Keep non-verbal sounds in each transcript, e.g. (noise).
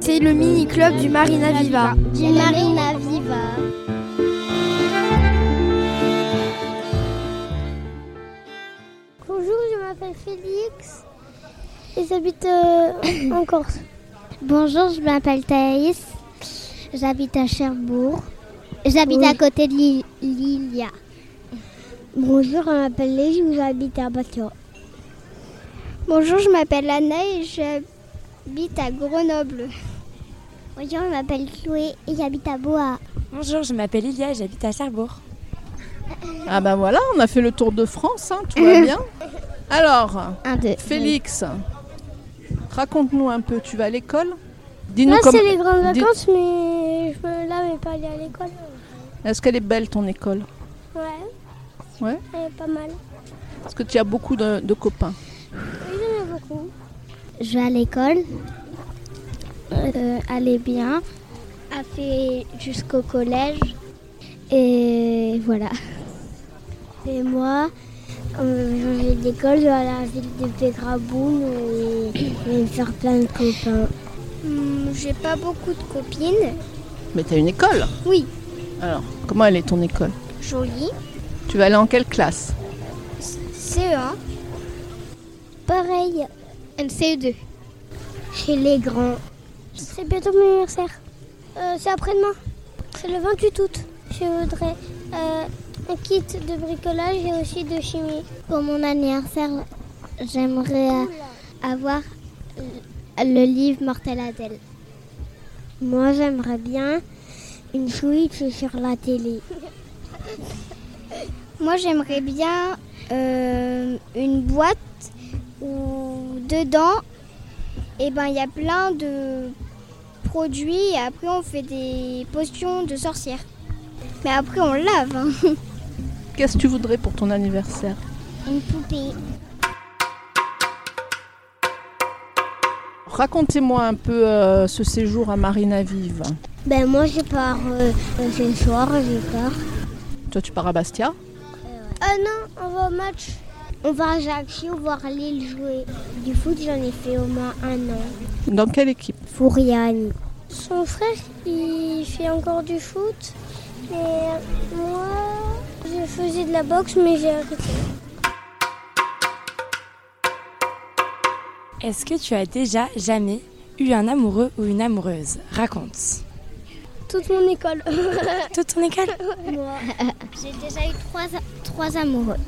C'est le mini-club du Marina Viva. Du Marina Viva. Bonjour, je m'appelle Félix et j'habite (laughs) euh, en Corse. Bonjour, je m'appelle Thaïs. J'habite à Cherbourg. J'habite Oui. à côté de Li- Lilia. Bonjour, je m'appelle Léji, j'habite à Bastia. Bonjour, je m'appelle Anna et j'habite à Grenoble. Bonjour, je m'appelle Chloé et j'habite à Boa. Bonjour, je m'appelle Ilia et j'habite (laughs) à Cherbourg. Ah ben voilà, on a fait le tour de France, hein, (laughs) tout va bien. Alors, Un, deux. Félix, raconte-nous un peu, tu vas à l'école Là, Dis-nous c'est comment. les grandes dis- vacances, mais je me lave pas aller à l'école. Est-ce qu'elle est belle ton école Ouais. Ouais. Elle est pas mal. Est-ce que tu as beaucoup de, de copains Oui, j'en ai beaucoup. Je vais à l'école. Euh, allez bien. A fait jusqu'au collège. Et voilà. Et moi, on veut changer d'école, je vais à la ville de Pégraboune et je vais me faire plein de copains. Hum, J'ai pas beaucoup de copines. Mais tu as une école Oui. Alors, comment elle est ton école Jolie. Tu vas aller en quelle classe E CE1. Pareil. E MCE2. Chez les grands. C'est bientôt mon anniversaire. Euh, c'est après-demain. C'est le 28 août. Je voudrais euh, un kit de bricolage et aussi de chimie. Pour mon anniversaire, j'aimerais euh, avoir euh, le- le livre Mortel Adèle. Moi, j'aimerais bien une Switch sur la (laughs) télé. Moi, j'aimerais bien euh, une boîte où dedans, et ben, il y a plein de produits et après on fait des potions de sorcières. Mais après on lave. hein. Qu'est-ce que tu voudrais pour ton anniversaire (laughs) Une poupée. Racontez-moi un peu euh, ce séjour à Marina Vive. Ben, moi, je pars euh, euh, ce soir, je pars. Toi, tu pars à Bastia Euh, Ah non, on va au match. On va à Ajaccio voir Lille jouer. Du foot, j'en ai fait au moins un an. Dans quelle équipe Fouriani. Son frère, il fait encore du foot. Mais moi, je faisais de la boxe, mais j'ai arrêté. Est-ce que tu as déjà, jamais, eu un amoureux ou une amoureuse Raconte. Toute mon école. (laughs) Toute ton école (laughs) J'ai déjà eu trois, trois amoureux.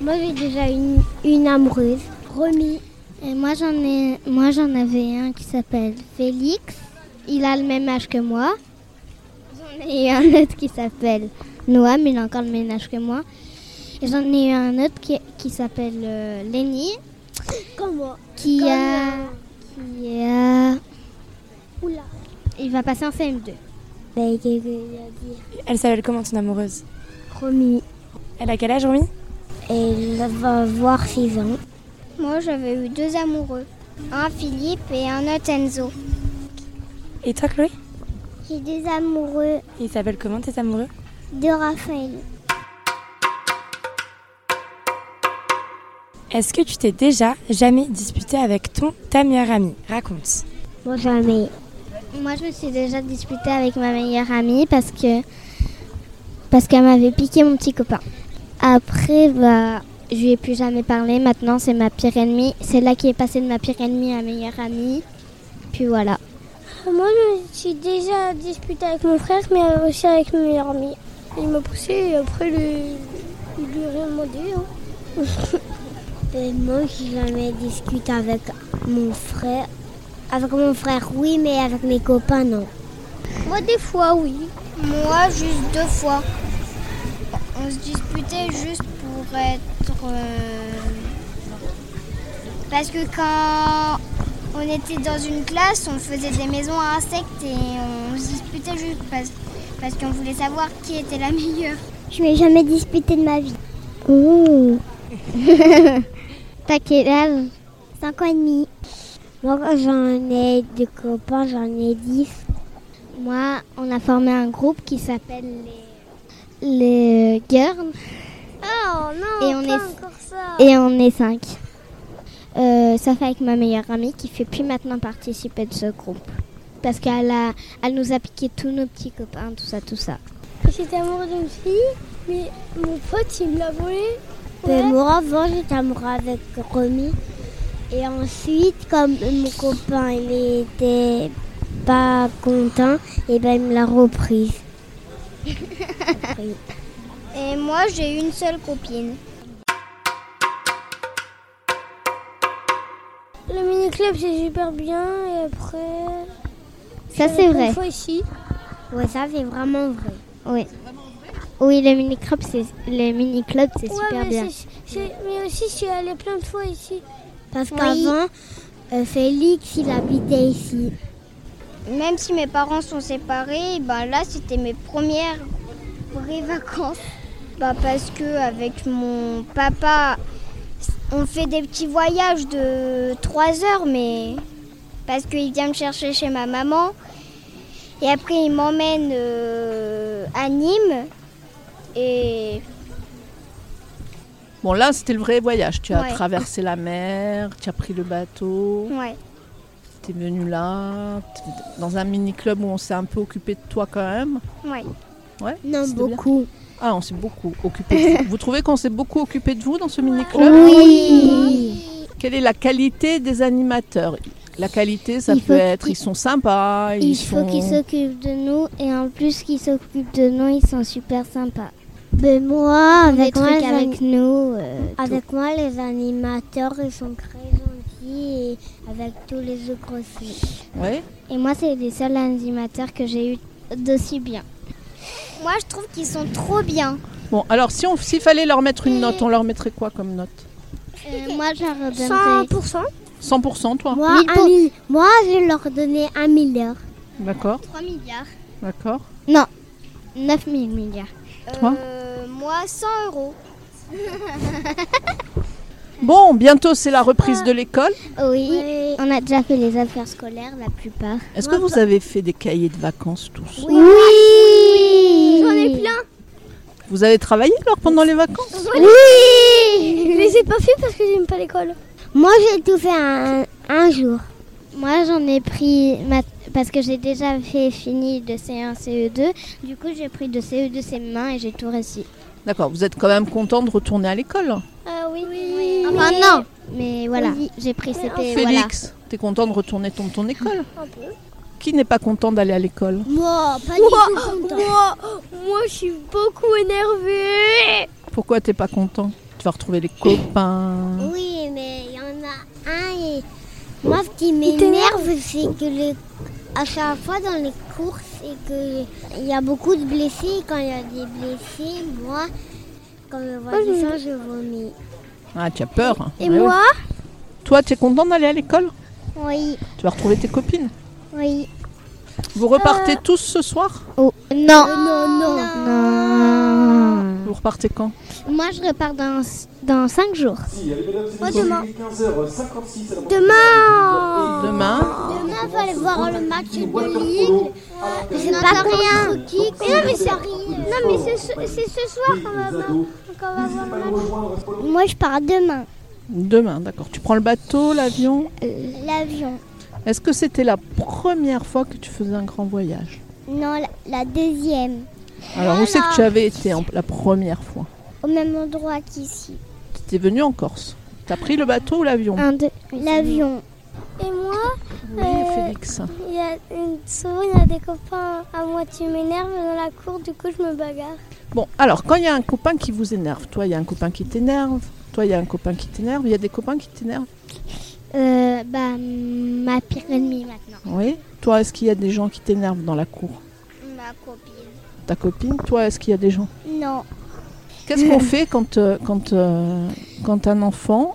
moi, j'ai déjà une, une amoureuse. Remis. Et moi j'en ai moi j'en avais un qui s'appelle Félix. Il a le même âge que moi. J'en ai eu un autre qui s'appelle Noam, il a encore le même âge que moi. Et j'en ai eu un autre qui, qui s'appelle euh, Lenny, Comme moi. qui Comme, euh, a qui a Oula. il va passer en CM2. Ben, qu'est-ce que j'ai à dire Elle s'appelle comment ton amoureuse Remis. Elle a quel âge, Romy Et il va voir ses ans. Moi j'avais eu deux amoureux, un Philippe et un autre Enzo. Et toi, Chloé J'ai des amoureux Il s'appelle comment tes amoureux de Raphaël. Est-ce que tu t'es déjà, jamais disputé avec ton, ta meilleure amie Raconte. Moi, jamais. Moi, je me suis déjà disputée avec ma meilleure amie parce que parce qu'elle m'avait piqué mon petit copain. Après, bah, je lui ai plus jamais parlé. Maintenant, c'est ma pire ennemie. C'est là qui est passé de ma pire ennemie à meilleure amie. Puis voilà. Moi, je me suis déjà disputée avec mon frère, mais aussi avec mes meilleurs amis. Il m'a poussé et après, le- il lui a rien demandé. (laughs) hein. Et Euh, moi, j'ai jamais discuté avec mon frère. Avec mon frère, oui, mais avec mes copains, non. Moi, des fois, oui. Moi, juste deux fois. On se disputait juste pour être. euh, Parce que quand on était dans une classe, on faisait des maisons à insectes et on se disputait juste parce, parce qu'on voulait savoir qui était la meilleure. Je m'ai jamais disputée de ma vie. (laughs) T'as quel âge 5 ans et demi. Moi, quand j'en ai des copains, j'en ai dix. Moi, on a formé un groupe qui s'appelle les. Les Girls. Oh non, Et on pas est- encore ça. Et on est cinq. Euh, sauf avec ma meilleure amie qui fait plus maintenant participer de ce groupe. parce qu'elle a, elle nous a piqué tous nos petits copains, tout ça, tout ça. J'étais amoureux d'une fille, mais mon pote, il me l'a volé. Ouais. Ben, moi, avant, j'étais amoureux avec Romy. Et ensuite, comme mon copain, il était pas content, et ben, il me l'a reprise. (laughs) Et moi, j'ai une seule copine. Le mini-club, c'est super bien, et après... Ça, c'est vrai. Euh, Une fois ici. Ouais, ça, c'est vraiment vrai. Oui. Oui, le mini-club, c'est le mini-club, c'est Ouais, super mais bien. c'est- c'est- mais aussi, je suis allée plein de fois ici. Parce qu'avant, euh, Félix, il habitait ici. Même si mes parents sont séparés, ben là c'était mes premières vraies vacances. Bah parce que avec mon papa, on fait des petits voyages de 3 heures, mais parce qu'il vient me chercher chez ma maman. Et après il m'emmène euh, à Nîmes. Et Bon, là, c'était le vrai voyage. Tu as Ouais. traversé la mer, tu as pris le bateau, ouais, tu es venu là, t'es dans un mini-club où on s'est un peu occupé de toi quand même. ouais. Ouais, Non, c'était bien. beaucoup. Ah, on s'est beaucoup (laughs) occupé. de vous. Vous trouvez qu'on s'est beaucoup occupé de vous dans ce mini-club Oui. Quelle est la qualité des animateurs La qualité, ça Il peut faut être, qu'ils- ils sont sympas, ils Il sont... faut qu'ils s'occupent de nous et en plus qu'ils s'occupent de nous, ils sont super sympas. Mais moi, Ah, avec Ah, moi, les avec nous. euh, Avec moi, les animateurs, ils sont très gentils, et avec tous les autres aussi. Ouais. Et moi, c'est les seuls animateurs que j'ai eu d'aussi bien. Moi je trouve qu'ils sont trop bien. Bon, alors, si on- s'il fallait leur mettre une note, on leur mettrait quoi comme note Euh, moi, je leur 100% 100% toi Moi, Mille pour- un mille- moi, Ah, je leur donnais un milliard. D'accord, 3 milliards. d'accord. 9 000 milliards. Toi Euh, moi 100 euros. Bon, bientôt c'est la reprise de l'école. (laughs) Oui. On a déjà fait les affaires scolaires, la plupart. Est-ce que vous avez fait des cahiers de vacances tous Oui, J'en ai plein Vous avez travaillé alors pendant les vacances Je les ai pas fait parce que j'aime pas l'école. Moi, j'ai tout fait un, jour. Moi, j'en ai pris, ma- parce que j'ai déjà fait fini de CE1, CE2. E Du coup, j'ai pris de E CE2, CM1 et j'ai tout réussi. D'accord, vous êtes quand même content de retourner à l'école. Ah oui. Enfin, non Mais voilà, j'ai pris CP, voilà. Félix, t'es content de retourner ton, ton école Qui n'est pas content d'aller à l'école Moi, pas Moi, moi, je suis beaucoup énervée. Pourquoi t'es pas content Tu vas retrouver les copains. Oui, mais il y en a Ah, et moi, ce qui m'énerve, c'est que le- à chaque fois dans les courses, et que il y a beaucoup de blessés. Quand il y a des blessés, moi, quand je vois des gens, je vomis. Ah, tu as peur. hein. Et Ouais, moi, ouais. Toi, t'es content d'aller à l'école Oui, Tu vas retrouver tes copines. oui. Vous repartez Euh, tous ce soir Oh, non. non, non, non. Vous repartez quand Moi, je repars dans, dans 5 jours. moi demain, 15h56 à la demain, Demain demain, il fallait voir le match de Ligue. C'est pas rien. Mais non, mais c'est Non, mais c'est ce, c'est ce soir qu'on va voir. qu'on va voir le match. Moi, je pars demain. Euh. Demain, d'accord. Tu prends le bateau, l'avion L'avion. Est-ce que c'était la première fois que tu faisais un grand voyage Non, la, deuxième. Alors, où c'est que tu avais été en- la première fois Au même endroit qu'ici. T'es venu en Corse. T'as pris le bateau ou l'avion Un, deux. L'avion. Et moi, euh, Oui, Félix. Il y a une- souvent, il y a des copains à moi qui m'énervent dans la cour, du coup, je me bagarre. Bon, alors, quand il y a un copain qui vous énerve, toi, il y a un copain qui t'énerve, toi, il y a un copain qui t'énerve, il y a des copains qui t'énervent. Euh, bah, ma pire ennemie maintenant. Oui. Toi, est-ce qu'il y a des gens qui t'énervent dans la cour Ma copine. Ta copine Toi, est-ce qu'il y a des gens Non. Qu'est-ce (laughs) qu'on fait quand, euh, quand, euh, quand un enfant,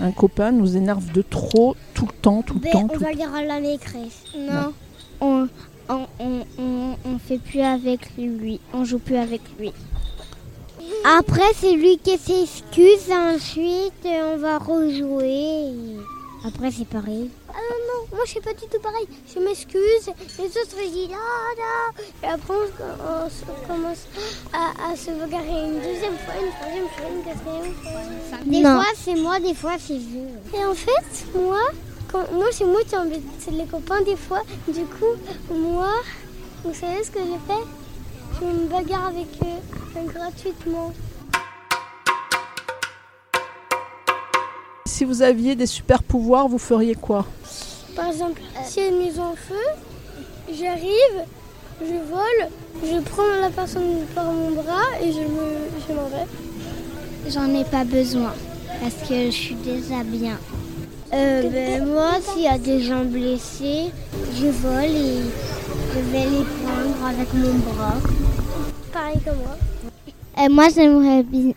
un copain, nous énerve de trop, tout le temps, tout Ben, Ben, le temps, tout le temps dire à la maîtresse. Non. On, on, on, on, on fait plus avec lui. On joue plus avec lui. Après, c'est lui qui s'excuse, ensuite, on va rejouer. Après, c'est pareil. Ah non, non, moi, je suis pas du tout pareil. Je m'excuse, les autres, ils disent là, là. Et après, on, se- on se- commence à, à se bagarrer une deuxième fois, une troisième fois, une quatrième fois. Des Non. fois, c'est moi, des fois, c'est vous. Et en fait, moi, quand- non, c'est moi qui embête les copains des fois. Du coup, moi, vous savez ce que je fais Je me bagarre avec eux euh, gratuitement. Si vous aviez des super pouvoirs, vous feriez quoi Par exemple, si elle est mise en feu, j'arrive, je vole, je prends la personne par mon bras et je me, je m'en vais. J'en ai pas besoin parce que je suis déjà bien. Euh, ben, moi, s'il y a des gens blessés, je vole et je vais les prendre avec mon bras. Pareil que moi. Et Euh, moi, j'aimerais bien,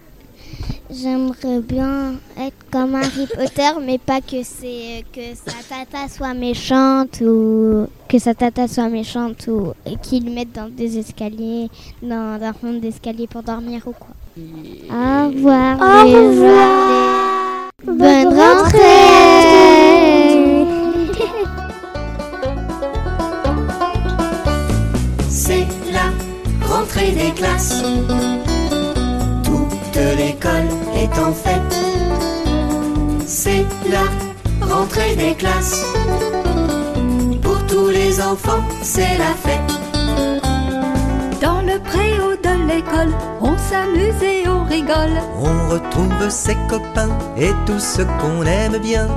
j'aimerais bien être comme Harry Potter, mais pas que c'est euh, que sa tata soit méchante ou que sa tata soit méchante ou qu'il mette dans des escaliers, dans un rond d'escalier pour dormir ou quoi. Au revoir. Au les revoir. amis. Bonne rentrée. C'est la rentrée des classes. Toute l'école est en fête. C'est la rentrée des classes. Pour tous les enfants, c'est la fête. Dans le préau de l'école, on s'amuse et on rigole. On retrouve ses copains et tout ce qu'on aime bien.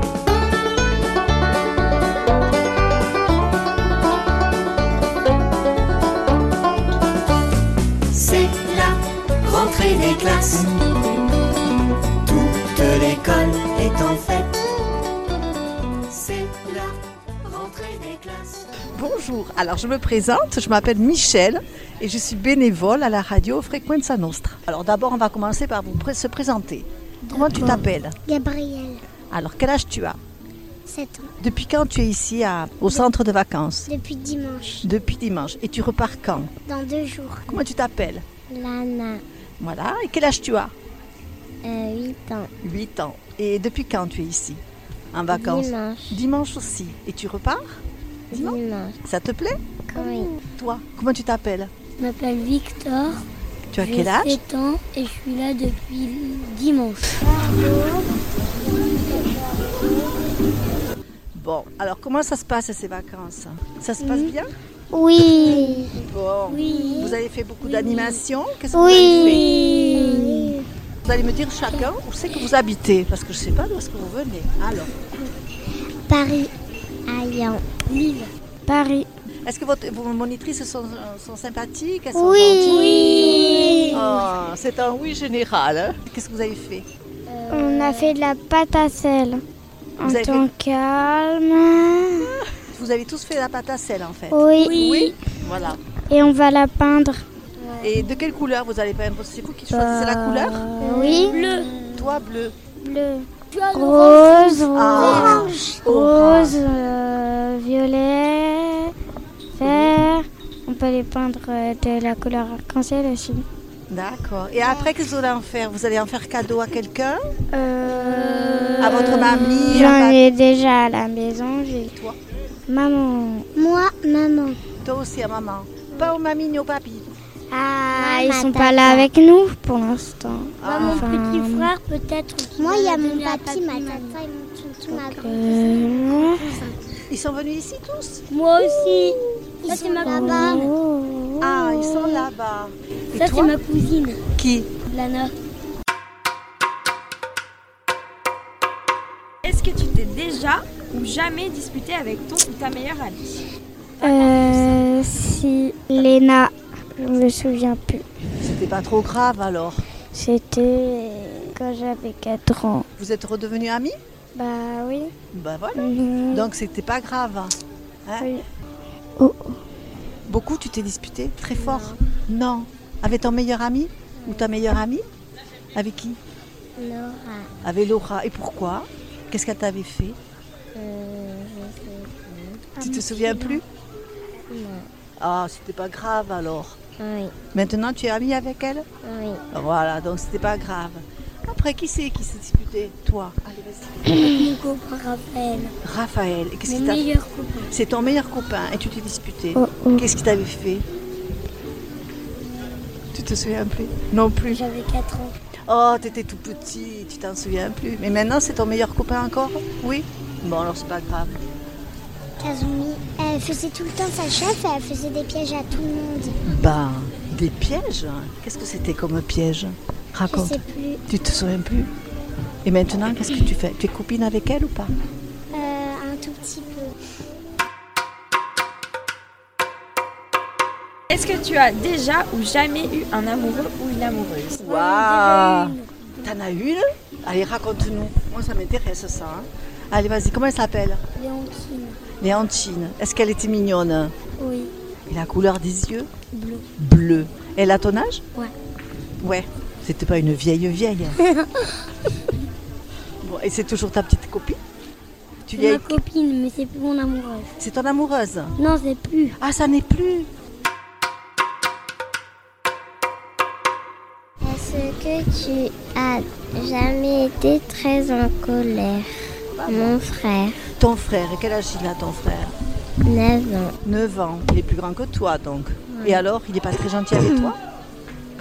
C'est la rentrée des classes. Toute l'école est en fête. C'est la rentrée des classes. Bonjour, alors je me présente, je m'appelle Michel et je suis bénévole à la radio Frequenza Nostra. Alors d'abord, on va commencer par vous pré- se présenter. Comment tu t'appelles Gabriel, Alors quel âge tu as 7 ans, Depuis quand tu es ici à- au centre de vacances depuis dimanche, Depuis dimanche. Et tu repars quand dans deux jours. Comment tu t'appelles Lana, Voilà, et quel âge tu as 8 Euh, ans. 8 ans. Et depuis quand tu es ici En vacances Dimanche. Dimanche aussi. Et tu repars Dimanche. Ça te plaît Oui. Toi, comment tu t'appelles Je m'appelle Victor, Tu as j'ai quel âge 7 ans et je suis là depuis dimanche. Bon, alors comment ça se passe ces vacances Ça se passe bien Oui. Bon. Vous avez fait beaucoup d'animations Qu'est-ce que Oui. vous avez fait Vous allez me dire chacun où c'est que vous habitez, parce que je ne sais pas d'où est-ce que vous venez. Alors, Paris. Aïe. Lille, Paris. est-ce que votre- vos monitrices sont, euh, sont sympathiques Elles sont Oui. gentilles Oh, C'est un oui général. hein. Qu'est-ce que vous avez fait On a fait de la pâte à sel. En Vous avez Ah. temps calme. Vous avez tous fait la pâte à sel, en fait Oui. Voilà. Et on va la peindre. Et de quelle couleur vous allez peindre C'est vous qui choisissez la couleur Oui. Bleu. Toi, bleu. Euh, Bleu. Rose. Ah. Rose, euh, violet, vert. On peut les peindre euh, de la couleur arc-en-ciel aussi. D'accord. Et après, qu'est-ce que vous allez en faire Vous allez en faire cadeau à quelqu'un Euh, À votre mamie J'en à ai déjà à la maison. J'ai Toi maman. Moi, maman. pa- Toi aussi à maman. Pas aux mamies ni aux papis. Ah, ils sont pas là avec nous pour l'instant. Ah. Enfin, petit frère peut-être. Moi, il y a mon Donner à papy, ma mamie. tata et mon tonton, ma grand euh, Ils sont venus ici tous Moi aussi. Ça c'est ma là-bas. cousine. Oh. Ah, ils sont là-bas. Et Ça c'est toi ma cousine, Qui Lana. Est-ce que tu t'es déjà ou jamais disputé avec ton ou ta meilleure amie euh, si Léna, je me souviens plus. C'était pas trop grave alors. C'était quand j'avais 4 ans. Vous êtes redevenus amis Bah oui. Mhm. Ben voilà. Donc c'était pas grave. Hein Oui. Oh. Beaucoup tu t'es disputé Très fort Non. Avec ton meilleur ami Ou ta meilleure amie Avec qui Laura. Avec Laura. Et pourquoi Qu'est-ce qu'elle t'avait fait euh, Tu te souviens plus Ah, c'était pas grave alors. Oui, Maintenant, tu es amie avec elle oui. Voilà, donc c'était pas grave. Après, qui c'est qui s'est disputé Toi Allez, vas-y. Mon copain Raphaël, Raphaël. Et qu'est-ce mon qui t'a meilleur copain. C'est ton meilleur copain et tu t'es disputé. Oh, oh. Qu'est-ce qu'il t'avait fait Tu te souviens plus Non plus. J'avais 4 ans. Oh, t'étais tout petit, tu t'en souviens plus. Mais maintenant, c'est ton meilleur copain encore Oui Bon, alors c'est pas grave. Kazumi, elle faisait tout le temps sa chef et elle faisait des pièges à tout le monde. Bah, des pièges hein. Qu'est-ce que c'était comme piège Raconte. Je sais plus. Tu te souviens plus Et maintenant, qu'est-ce que tu fais Tu es copine avec elle ou pas Euh, un tout petit peu. Est-ce que tu as déjà ou jamais eu un amoureux ou une amoureuse Waouh T'en as une Allez, raconte-nous. Moi, ça Eh, m'intéresse, ça. hein. Allez, vas-y, comment elle s'appelle Léontine. Léontine. Est-ce qu'elle était mignonne Oui. Et la couleur des yeux Bleu. Bleu. Elle a ton âge Ouais. Ouais. C'était pas une vieille (laughs) vieille. Bon, et c'est toujours ta petite copine Tu C'est l'as- ma copine, mais c'est plus mon amoureuse. C'est ton amoureuse Non, c'est plus. Ah, ça n'est plus Est-ce que tu as jamais été très en colère Mon frère, Ton frère, quel âge il a ton frère 9 ans. 9 ans. Il est plus grand que toi donc. Ouais. Et alors, il n'est pas très gentil avec toi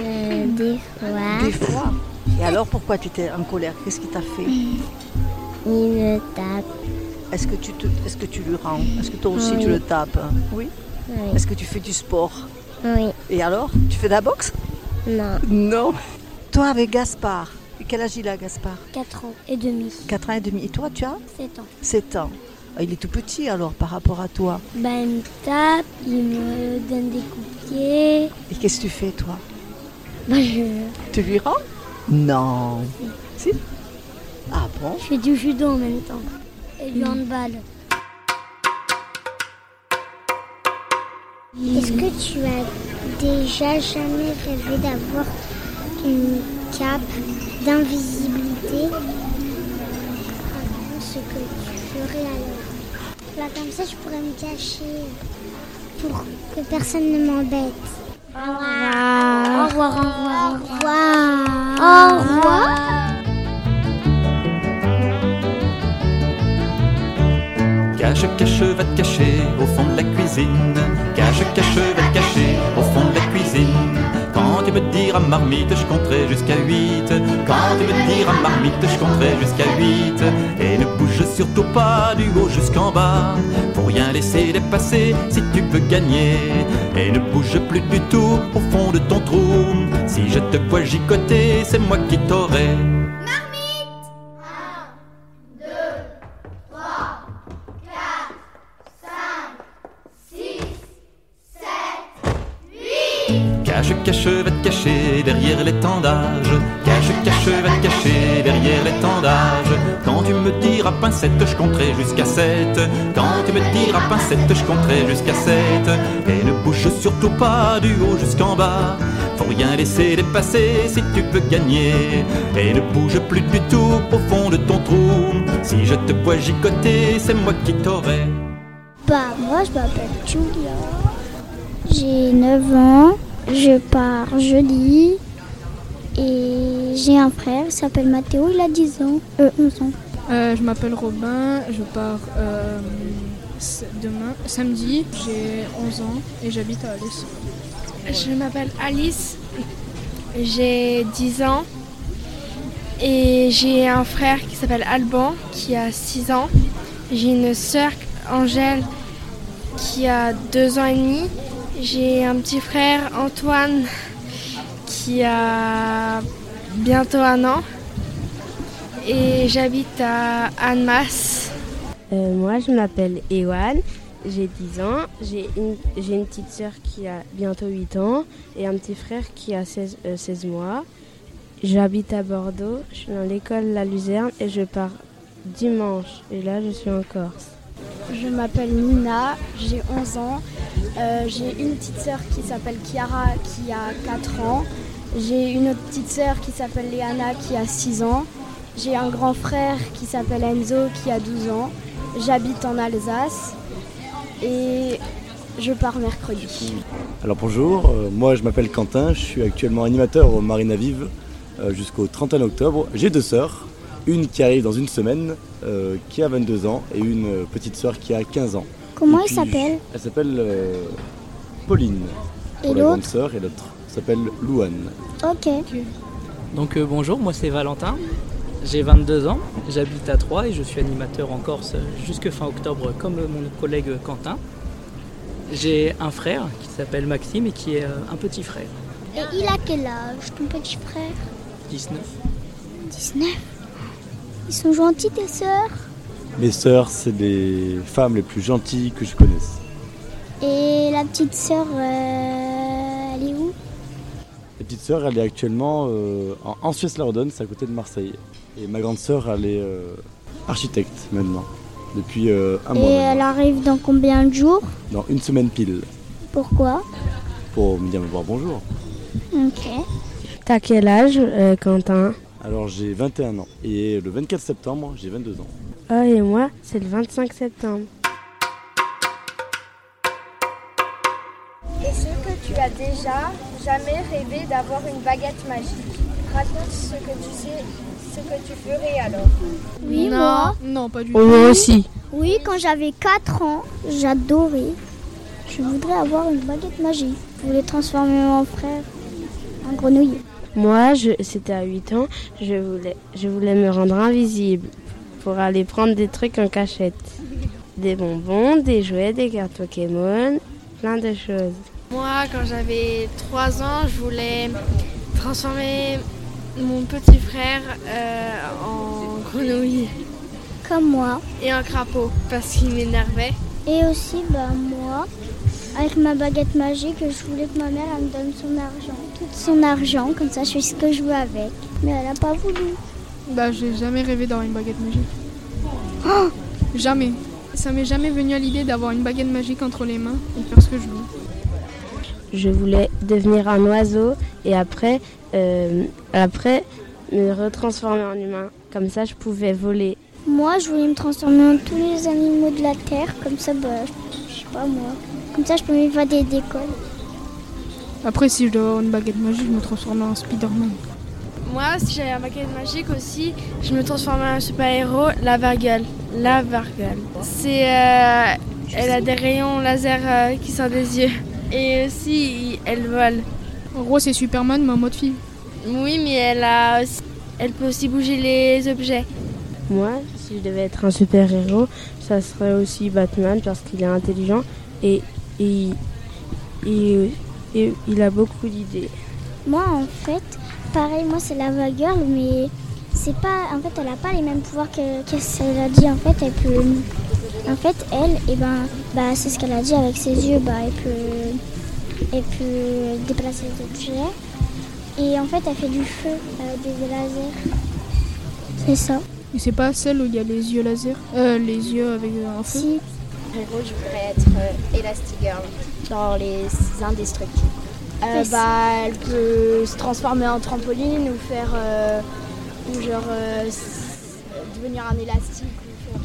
Euh, des fois, Des fois. Et alors, pourquoi tu étais en colère Qu'est-ce qu'il t'a fait il me tape. Est-ce que, tu te- est-ce que tu lui rends Est-ce que toi aussi Oui. tu le tapes Oui. Oui. Est-ce que tu fais du sport Oui, Et alors Tu fais de la boxe non. Non. Toi avec Gaspard, quel âge il a Gaspard 4 ans et demi. 4 ans et demi. Et toi, tu as 7 ans. 7 ans. Ah, Il est tout petit alors par rapport à toi. Bah, Ben, il me tape, il me donne des coups de pied. Et qu'est-ce que tu fais toi Bah, Ben, je, Tu lui rends Non. Si Ah bon Hmm. je fais du judo en même temps. Et du handball. Est-ce que tu as déjà jamais rêvé d'avoir une cape d'invisibilité Raconte ce que tu ferais alors. Là, comme ça, je pourrais me cacher pour que personne ne m'embête. Au revoir. Au revoir, au revoir, au revoir. Au revoir. Cache, cache, va te cacher au fond de la cuisine. Cache, cache, va te cacher au fond de la cuisine. Quand tu me diras marmite, je compterai jusqu'à 8. Quand tu me diras marmite, je compterai jusqu'à 8. Et ne bouge surtout pas du haut jusqu'en bas. Pour rien laisser dépasser si tu peux gagner. Et ne bouge plus du tout au fond de ton trou. Si je te vois gigoter, c'est moi qui t'aurai. Cache, cache, va te cacher derrière l'étendage. Cache, cache, va te cacher derrière l'étendage. Quand tu me diras pincette, je compterai jusqu'à 7. Quand tu me diras pincette, je compterai jusqu'à 7. Et ne bouge surtout pas du haut jusqu'en bas. Faut rien laisser dépasser si tu peux gagner. Et ne bouge plus du tout au fond de ton trou. Si je te vois gigoter, c'est moi qui t'aurai. Bah, moi, je m'appelle Julia. J'ai 9 ans, je pars jeudi et j'ai un frère, il s'appelle Mathéo, il a 10 ans, euh, 11 ans. Euh, je m'appelle Robin, je pars euh, s- demain, samedi, j'ai 11 ans et j'habite à Alès. Je m'appelle Alice, j'ai 10 ans et j'ai un frère qui s'appelle Alban qui a 6 ans. J'ai une sœur Angèle qui a 2 ans et demi. J'ai un petit frère Antoine qui a bientôt un an et j'habite à Annemasse. Euh, moi, je m'appelle Ewan, j'ai 10 ans, j'ai une, j'ai une petite sœur qui a bientôt 8 ans et un petit frère qui a 16, euh, 16 mois. J'habite à Bordeaux, je suis dans l'école La Luzerne et je pars dimanche et là, je suis en Corse. Je m'appelle Nina, j'ai 11 ans. Euh, j'ai une petite sœur qui s'appelle Chiara qui a 4 ans. J'ai une autre petite sœur qui s'appelle Léana qui a 6 ans. J'ai un grand frère qui s'appelle Enzo qui a 12 ans. J'habite en Alsace et je pars mercredi. Alors bonjour, euh, moi je m'appelle Quentin, je suis actuellement animateur au Marina Vive euh, jusqu'au 31 octobre. J'ai deux sœurs, une qui arrive dans une semaine, euh, qui a 22 ans, et une euh, petite sœur qui a 15 ans. Comment Et elle puis, s'appelle Elle s'appelle euh, Pauline. Et pour la l'autre grande sœur, et l'autre s'appelle Louane. Ok. Donc euh, bonjour, moi c'est Valentin. J'ai 22 ans, j'habite à Troyes et je suis animateur en Corse jusque fin octobre comme mon collègue Quentin. J'ai un frère qui s'appelle Maxime et qui est euh, un petit frère. Et il a quel âge, ton petit frère 19. 19 Ils sont gentils tes sœurs Mes sœurs, c'est des femmes les plus gentilles que je connaisse. Et la petite sœur, euh, elle est où La petite sœur, elle est actuellement euh, en, en Suisse-Lardonne, c'est à côté de Marseille. Et ma grande sœur, elle est euh, architecte maintenant, depuis euh, un Et mois. maintenant. elle arrive dans combien de jours Dans une semaine pile, Pourquoi pour me dire me voir bonjour. Ok. T'as quel âge, euh, Quentin Alors j'ai 21 ans et le 24 septembre, j'ai 22 ans. Ah, et moi, c'est le 25 septembre. Est-ce que tu as déjà, jamais rêvé d'avoir une baguette magique Raconte ce que tu sais, ce que tu ferais alors. Oui, Non. moi. Non, pas du tout. Oh, Moi aussi. Oui, quand j'avais 4 ans, j'adorais. Je voudrais avoir une baguette magique. Je voulais transformer mon frère en grenouille. Moi, je- c'était à 8 ans, je voulais, je voulais me rendre invisible pour aller prendre des trucs en cachette. Des bonbons, des jouets, des cartes Pokémon, plein de choses. Moi, quand j'avais 3 ans, je voulais transformer mon petit frère euh, en grenouille. Comme moi. Et en crapaud, parce qu'il m'énervait. Et aussi, bah, moi, avec ma baguette magique, je voulais que ma mère elle me donne son argent. Tout son argent, comme ça je fais ce que je veux avec. Mais elle n'a pas voulu. Bah, j'ai jamais rêvé d'avoir une baguette magique. Ah, jamais. Ça m'est jamais venu à l'idée d'avoir une baguette magique entre les mains et faire ce que je veux. Je voulais devenir un oiseau et après, euh, après me retransformer en humain. Comme ça, je pouvais voler. Moi, je voulais me transformer en tous les animaux de la terre, comme ça, bah, je sais pas moi. Comme ça, je peux m'évader d'école. Après, si je dois avoir une baguette magique, je me transforme en Spider-Man. Moi, si j'avais un baguette magique aussi, je me transformais en un super-héros, la Vargale. La Vargale. C'est. euh, elle a des rayons laser euh, qui sortent des yeux. Et aussi, elle vole. En gros, c'est Superman, mais en mode fille. Oui, mais elle a aussi- Elle peut aussi bouger les objets. Moi, si je devais être un super-héros, ça serait aussi Batman parce qu'il est intelligent et, et- et- et il a beaucoup d'idées. Moi, en fait, pareil, moi, c'est la girl, mais c'est pas. En fait, elle a pas les mêmes pouvoirs que, que celle a dit. En fait, elle peut. En fait, elle, et ben, bah, c'est ce qu'elle a dit avec ses yeux. Bah, elle peut. Elle peut déplacer les objets. Et en fait, elle fait du feu avec des lasers. C'est ça. Mais c'est pas celle où il y a les yeux laser Euh, les yeux avec un feu En gros, je voudrais être euh, Elastigirl, genre les indestructibles. Euh, Fais ça. bah, elle peut se transformer en trampoline ou faire. euh, ou genre. euh, s- devenir un élastique. ou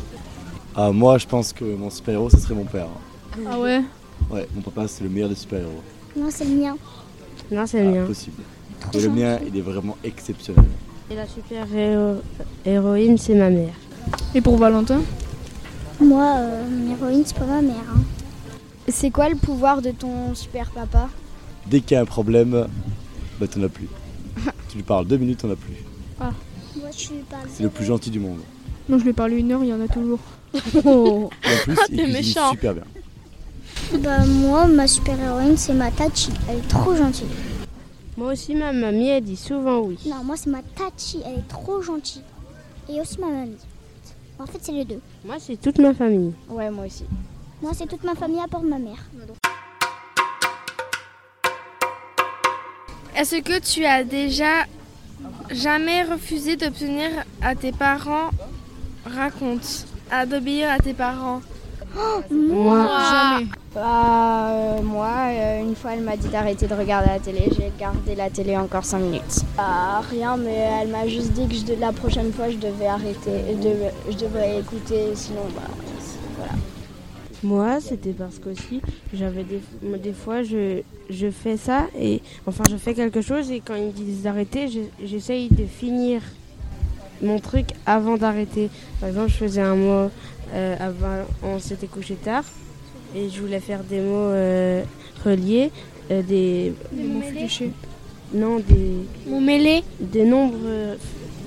Ah, moi, je pense que mon super-héros, ce serait mon père. faire- Ah ouais Ouais, mon papa, c'est le meilleur des super-héros. Non, c'est le mien. Non, c'est le mien. Possible. Trop Et le mien, il est vraiment exceptionnel. Ah. Et la super-héroïne, c'est ma mère. Et pour Valentin Moi, euh, mon héroïne, c'est pas ma mère. hein. C'est quoi le pouvoir de ton super papa Dès qu'il y a un problème, bah, t'en as plus. tu lui parles deux minutes, t'en as plus. Ah. Moi, je suis pas. C'est le plus gentil du monde. Non, je lui ai parlé une heure, il y en a toujours. Et en Ah, plus, il T'es cuisine méchant. super bien. (laughs) Bah, moi, ma super-héroïne, c'est ma Tachi. Elle est trop gentille. Moi aussi, ma mamie, elle dit souvent oui. Non, moi c'est ma Tachi, elle est trop gentille. Et aussi ma mamie. En fait, c'est les deux. Moi, c'est toute ma famille. Ouais, moi aussi. Moi, c'est toute ma famille à part ma mère. Est-ce que tu as déjà jamais refusé d'obtenir à tes parents Raconte. À d'obéir à tes parents. Moi, Oh, jamais. Bah, euh, moi, euh, une fois, elle m'a dit d'arrêter de regarder la télé. J'ai gardé la télé encore 5 minutes. Ah, Bah, rien, mais elle m'a juste dit que je de- la prochaine fois, je devais arrêter. de- je devrais écouter, sinon, bah. Voilà. Moi, c'était parce que aussi, j'avais des, moi, des fois, je, je fais ça, et enfin, je fais quelque chose, et quand ils me disent d'arrêter, je- j'essaye de finir mon truc avant d'arrêter. Par exemple, je faisais un mot euh, avant, on s'était couché tard, et je voulais faire des mots euh, reliés, euh, des. Des mots Des mots mêlés. fléchés. Non, des. Mots mêlés Des nombres. euh,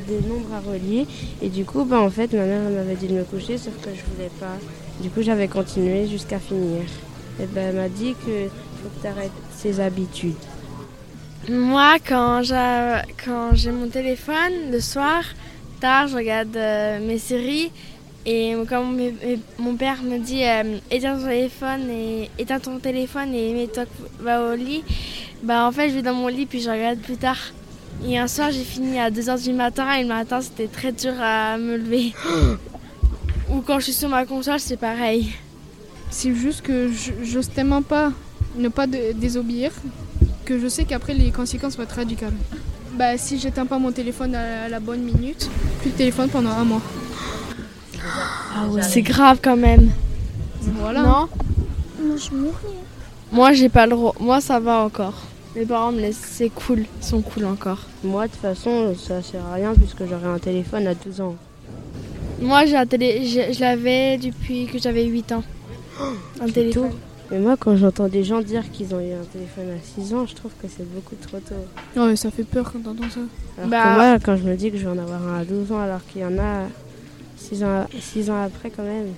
des nombres à relier. Et du coup, bah, en fait, ma mère elle m'avait dit de me coucher, sauf que je voulais pas. Du coup, j'avais continué jusqu'à finir. Et ben, elle m'a dit que faut que tu arrêtes ces habitudes. Moi, quand j'a- quand j'ai mon téléphone le soir, tard, je regarde euh, mes séries. Et quand mon, mes- mon père me dit euh, éteins ton téléphone et éteins ton téléphone et mets-toi va au lit, bah en fait je vais dans mon lit puis je regarde plus tard. Et un soir j'ai fini à 2h du matin et le matin c'était très dur à (gasps) me lever. Ou quand je suis sur ma console c'est pareil. C'est juste que je- j'ose tellement pas ne pas dé- désobéir que je sais qu'après les conséquences vont être radicales. Bah si j'éteins pas mon téléphone à la bonne minute, plus de téléphone pendant un mois. Ah ouais c'est grave quand même. Voilà. Non Moi, je mourrais. Moi, j'ai pas le droit. Moi, ça va encore. Mes parents me laissent, c'est cool, ils sont cool encore. Moi, de toute façon, ça sert à rien puisque j'aurai un téléphone à 12 ans. Moi, j'ai un télé, j'ai- je l'avais depuis que j'avais 8 ans. Un téléphone. Mais moi, quand j'entends des gens dire qu'ils ont eu un téléphone à 6 ans, je trouve que c'est beaucoup trop tôt. Non mais ça fait peur quand t'entends ça. Alors Bah, que moi, quand je me dis que je vais en avoir un à 12 ans, alors qu'il y en a 6 ans, 6 ans après quand même.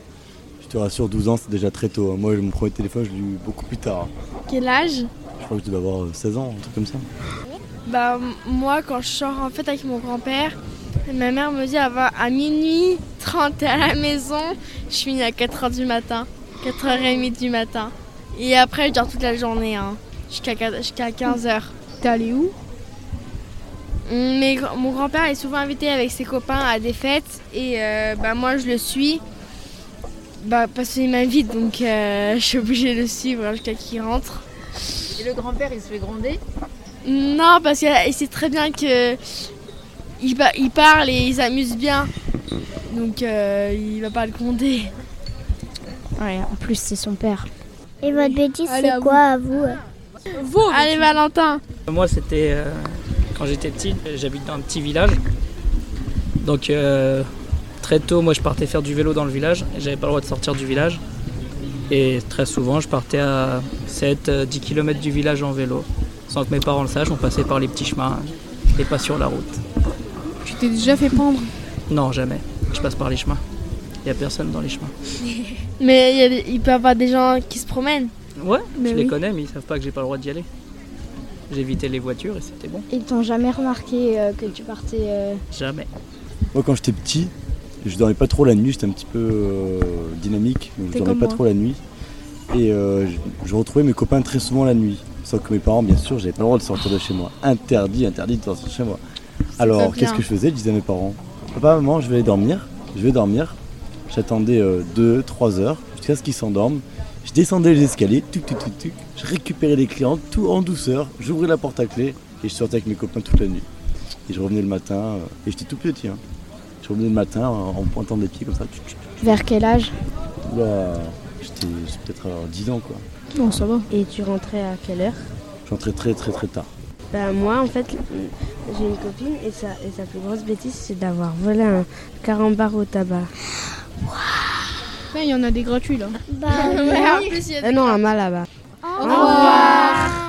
Je te rassure, 12 ans, c'est déjà très tôt. hein. Moi, mon premier téléphone, je l'ai eu beaucoup plus tard. Quel âge Je crois que je devais avoir euh, 16 ans, un truc comme ça. Bah, m- moi, quand je sors en fait avec mon grand-père, ma mère me dit à, vingt- à minuit 30 t'es à la maison, je finis à 4h du matin, 4h30 du matin. Et après, je dors toute la journée, hein, jusqu'à 15h. T'es allé où Mais gr- mon grand-père est souvent invité avec ses copains à des fêtes et euh, bah, moi je le suis bah, parce qu'il m'invite donc euh, (laughs) je suis obligée de le suivre hein, jusqu'à qu'il rentre. Et le grand-père, il se fait gronder Non parce qu'il sait très bien que il, pa- il parle et il s'amuse bien donc euh, il va pas le gronder. Ouais, en plus, c'est son père. Et votre bêtise, Allez, c'est à quoi à vous euh Vous Allez Valentin Moi, c'était euh, quand j'étais petit, j'habite dans un petit village. Donc, euh, très tôt, moi, je partais faire du vélo dans le village. et J'avais pas le droit de sortir du village. Et très souvent, je partais à 7-10 km du village en vélo. Sans que mes parents le sachent, on passait par les petits chemins. J'étais pas sur la route. Tu t'es déjà fait pendre Non, jamais. Je passe par les chemins. Il n'y a personne dans les chemins. Mais il, y a des- il peut y avoir des gens qui se promènent. Ouais, Mais je oui. les connais, mais ils savent pas que j'ai pas le droit d'y aller. J'évitais les voitures et c'était bon. Ils t'ont jamais remarqué euh, que tu partais. euh, Jamais. Moi, quand j'étais petit, je dormais pas trop la nuit, j'étais un petit peu euh, dynamique, donc T'es je dormais comme pas moi. trop la nuit. Et euh, je, je retrouvais mes copains très souvent la nuit. Sauf que mes parents, bien sûr, j'avais pas le droit de sortir de chez moi. Interdit, interdit de sortir de chez moi. Alors, pas qu'est-ce bien. que je faisais Je disais à mes parents Papa, maman, je vais aller dormir, je vais dormir. J'attendais 2-3 heures jusqu'à ce qu'ils s'endorment. Je descendais les escaliers, tuc, tuc, tuc, tuc. Je récupérais les clients tout en douceur. J'ouvrais la porte à clé et je sortais avec mes copains toute la nuit. Et je revenais le matin, euh, et j'étais tout petit. hein. Je revenais le matin en en pointant des pieds comme ça. tuc, tuc, tuc. Vers quel âge Oula, j'étais j'étais peut-être à 10 ans quoi. Non, ça va. Et tu rentrais à quelle heure J'entrais très très très tard. Bah moi en fait j'ai une copine et sa, et sa plus grosse bêtise c'est d'avoir volé un carambar au tabac. Là, il y en a des gratuits là. Bah, (laughs) Ah, (laughs) Mais en plus, il y a Euh, non, un malabar. Au revoir.